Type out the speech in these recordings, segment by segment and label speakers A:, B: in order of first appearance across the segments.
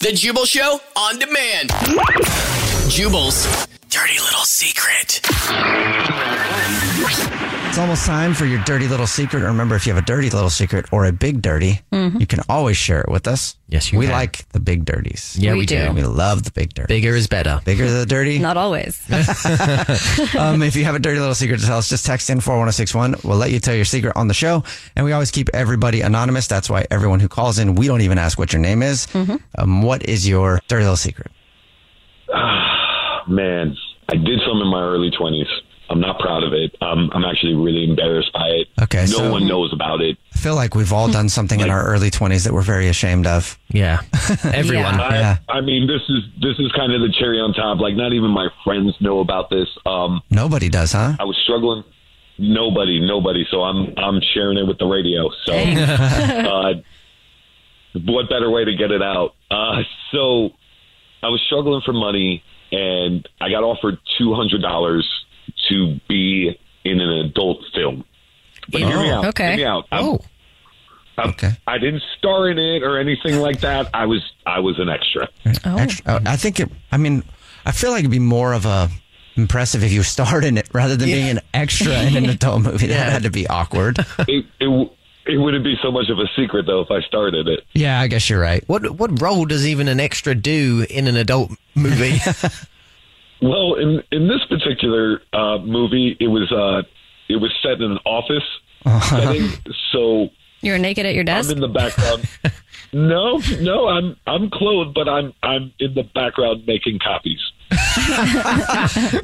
A: The Jubal Show on demand. Jubal's dirty little secret.
B: It's almost time for your dirty little secret. Remember, if you have a dirty little secret or a big dirty, you can always share it with us.
C: Yes, you
B: We
C: can.
B: like the big dirties.
C: Yeah, We we do. do.
B: We love the big dirty.
C: Bigger is better.
B: Bigger the dirty.
D: Not always.
B: um, if you have a dirty little secret to tell us, just text in 41061. We'll let you tell your secret on the show. And we always keep everybody anonymous. That's why everyone who calls in, we don't even ask what your name is. Um, what is your dirty little secret?
E: Man, I did some in my early 20s. I'm not proud of it. Um, I'm actually really embarrassed by it.
B: Okay,
E: No
B: so-
E: one knows about it.
B: I feel like we've all done something in our early 20s that we're very ashamed of.
C: Yeah. Everyone.
D: Yeah.
E: I,
B: Yeah.
E: I mean, this is this is kind of the cherry on top. Like, not even my friends know about this. Um,
B: Nobody does, huh?
E: I was struggling. Nobody, nobody. So I'm I'm sharing it with the radio. So, uh, what better way to get it out? Uh, so, I was struggling for money, and I got offered two hundred dollars to be in an adult film. But hear me out.
D: okay.
E: Hear me out. I'm-
C: Oh.
E: I'm-
B: Okay.
E: I didn't star in it or anything like that. I was I was an extra.
B: Extra, uh, I think it, I mean, I feel like it'd be more of a impressive if you starred in it rather than being an extra in an adult movie. That had to be awkward.
E: it, it w- it wouldn't be so much of a secret though if I started it.
B: yeah, I guess you're right.
C: What what role does even an extra do in an adult movie?
E: Well, in in this particular uh, movie, it was uh, it was set in an office
B: Uh-huh.
E: setting, so
D: You're naked at your
E: I'm
D: desk.
E: in the background. no, no, I'm I'm clothed, but I'm I'm in the background making copies.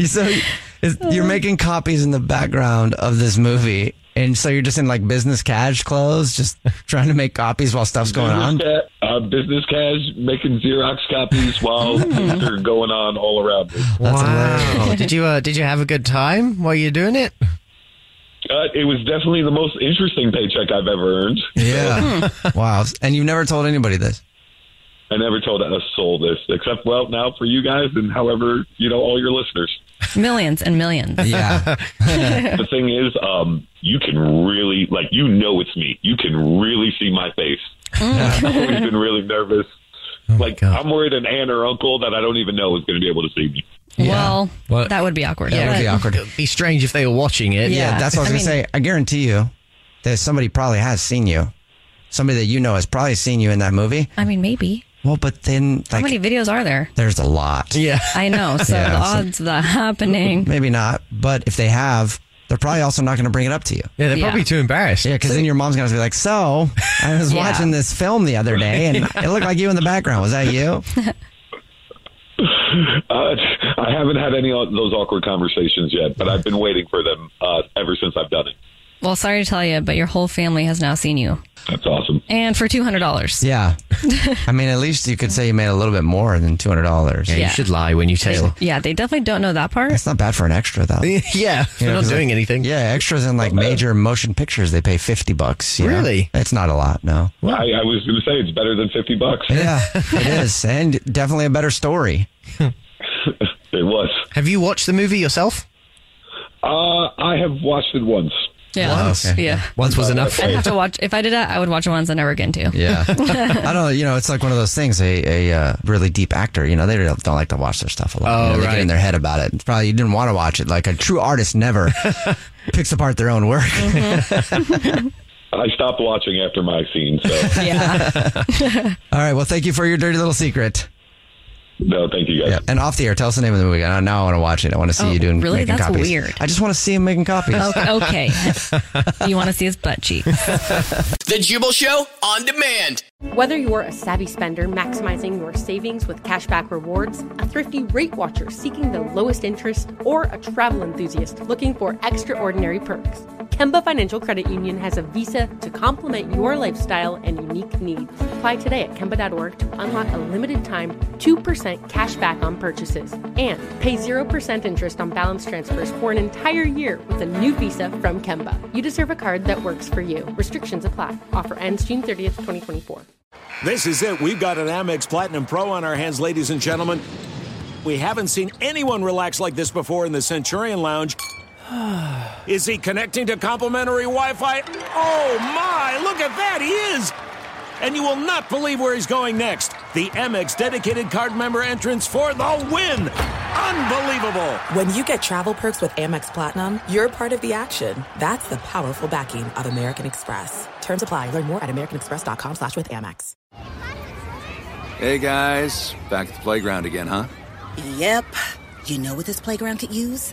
B: so is, you're making copies in the background of this movie. And so you're just in like business cash clothes, just trying to make copies while stuff's going on.
E: Business ca- uh, business cash making Xerox copies while
B: Hmm.
E: things are going on all around Uh, me.
C: wow. did you uh, did you have a good time while you're doing it?
E: Uh, it was definitely the most interesting paycheck I've ever earned.
B: Yeah. wow. And you've never told anybody this.
E: I never told a soul this, except well now for you guys and however you know all your listeners.
D: Millions and millions.
B: Yeah.
E: the thing is, um, you can really like you know it's me. You can really see my face.
B: Mm.
E: I've always been really nervous.
B: Oh
E: like
C: God.
E: I'm worried an aunt or uncle that I don't even know is going to be able to see me.
D: Well,
C: What?
D: that would be awkward.
B: That would be awkward.
C: It'd be strange if they were watching it.
B: Yeah,
D: Yeah.
B: that's what I was going
D: I
B: to
D: mean-
B: say. I guarantee you that somebody probably has seen you. Somebody that you know has probably seen you in that movie.
D: I mean, maybe.
B: Well, but then,
D: How
B: like,
D: many videos are there?
B: there's a lot.
C: Yeah.
D: I know. So
B: Yeah,
D: the
B: so-
D: odds of that happening.
B: Maybe not. But if they have, they're probably also not going to bring it up to you.
C: Yeah, they're
D: Yeah.
C: probably too embarrassed.
B: Yeah, because then your mom's going to be like, So, I was
D: Yeah.
B: watching this film the other day and it looked like you in the background. Was that you?
E: Uh, I haven't had any of those awkward conversations yet, but I've been waiting for them uh, ever since I've done it.
D: Well, sorry to tell you, but your whole family has now seen you.
E: That's awesome.
D: And for $200.
B: Yeah. I mean, at least you could say you made a little bit more than two hundred dollars.
D: Yeah, you Yeah. should
B: lie when you tell.
D: Yeah, they definitely don't know that part.
B: It's not bad for an extra though.
C: yeah, if
B: You
C: we're
B: know,
C: not
B: 'cause, like,
C: doing anything.
B: Yeah, extras in like major motion pictures, they pay fifty bucks. you know?
C: Really?
B: It's not a lot, no.
E: I, I was going to say it's better than 50 bucks.
B: Yeah, it is, and definitely a better story.
E: It was.
C: Have you watched the movie yourself?
E: Uh, I have watched it once.
D: Yeah.
B: okay.
D: Yeah.
C: Once was enough.
D: I'd have to watch. If I did that, I would watch it once and never again, too.
B: Yeah, I don't. You know, it's like one of those things. A, a uh, really deep actor, you know, they don't, don't like to watch their stuff a lot.
C: Oh,
B: you know, They get
C: right.
B: in their head about it. It's probably you didn't want to watch it. Like a true artist never picks apart their own work.
D: Mm-hmm.
E: I stopped watching after my scene, so
D: Yeah.
B: All right. Well, thank you for your dirty little secret.
E: no, thank you guys.
B: Yeah. And off the air, tell us the name of the movie. Now, now I want to watch it. I want to see
D: Oh,
B: you doing
D: really?
B: making
D: That's
B: copies.
D: weird.
B: I just want to see him making copies.
D: okay. okay. you want to see his butt cheek.
A: The Jubal Show on demand.
F: Whether you're a savvy spender maximizing your savings with cashback rewards, a thrifty rate watcher seeking the lowest interest, or a travel enthusiast looking for extraordinary perks, Kemba Financial Credit Union has a visa to complement your lifestyle and unique needs. Apply today at Kemba.org to unlock a limited time 2% cash back on purchases and pay 0% interest on balance transfers for an entire year with a new visa from Kemba. You deserve a card that works for you. Restrictions apply. Offer ends June 30th, 2024.
G: This is it. We've got an Amex Platinum Pro on our hands, ladies and gentlemen. We haven't seen anyone relax like this before in the Centurion Lounge. Is he connecting to complimentary Wi Fi? Oh my, look at that! He is! And you will not believe where he's going next. The Amex dedicated card member entrance for the win! Unbelievable!
H: When you get travel perks with Amex Platinum, you're part of the action. That's the powerful backing of American Express. Terms apply. Learn more at americanexpress.com slash with Amex.
I: Hey guys, back at the playground again, huh?
J: Yep. You know what this playground could use?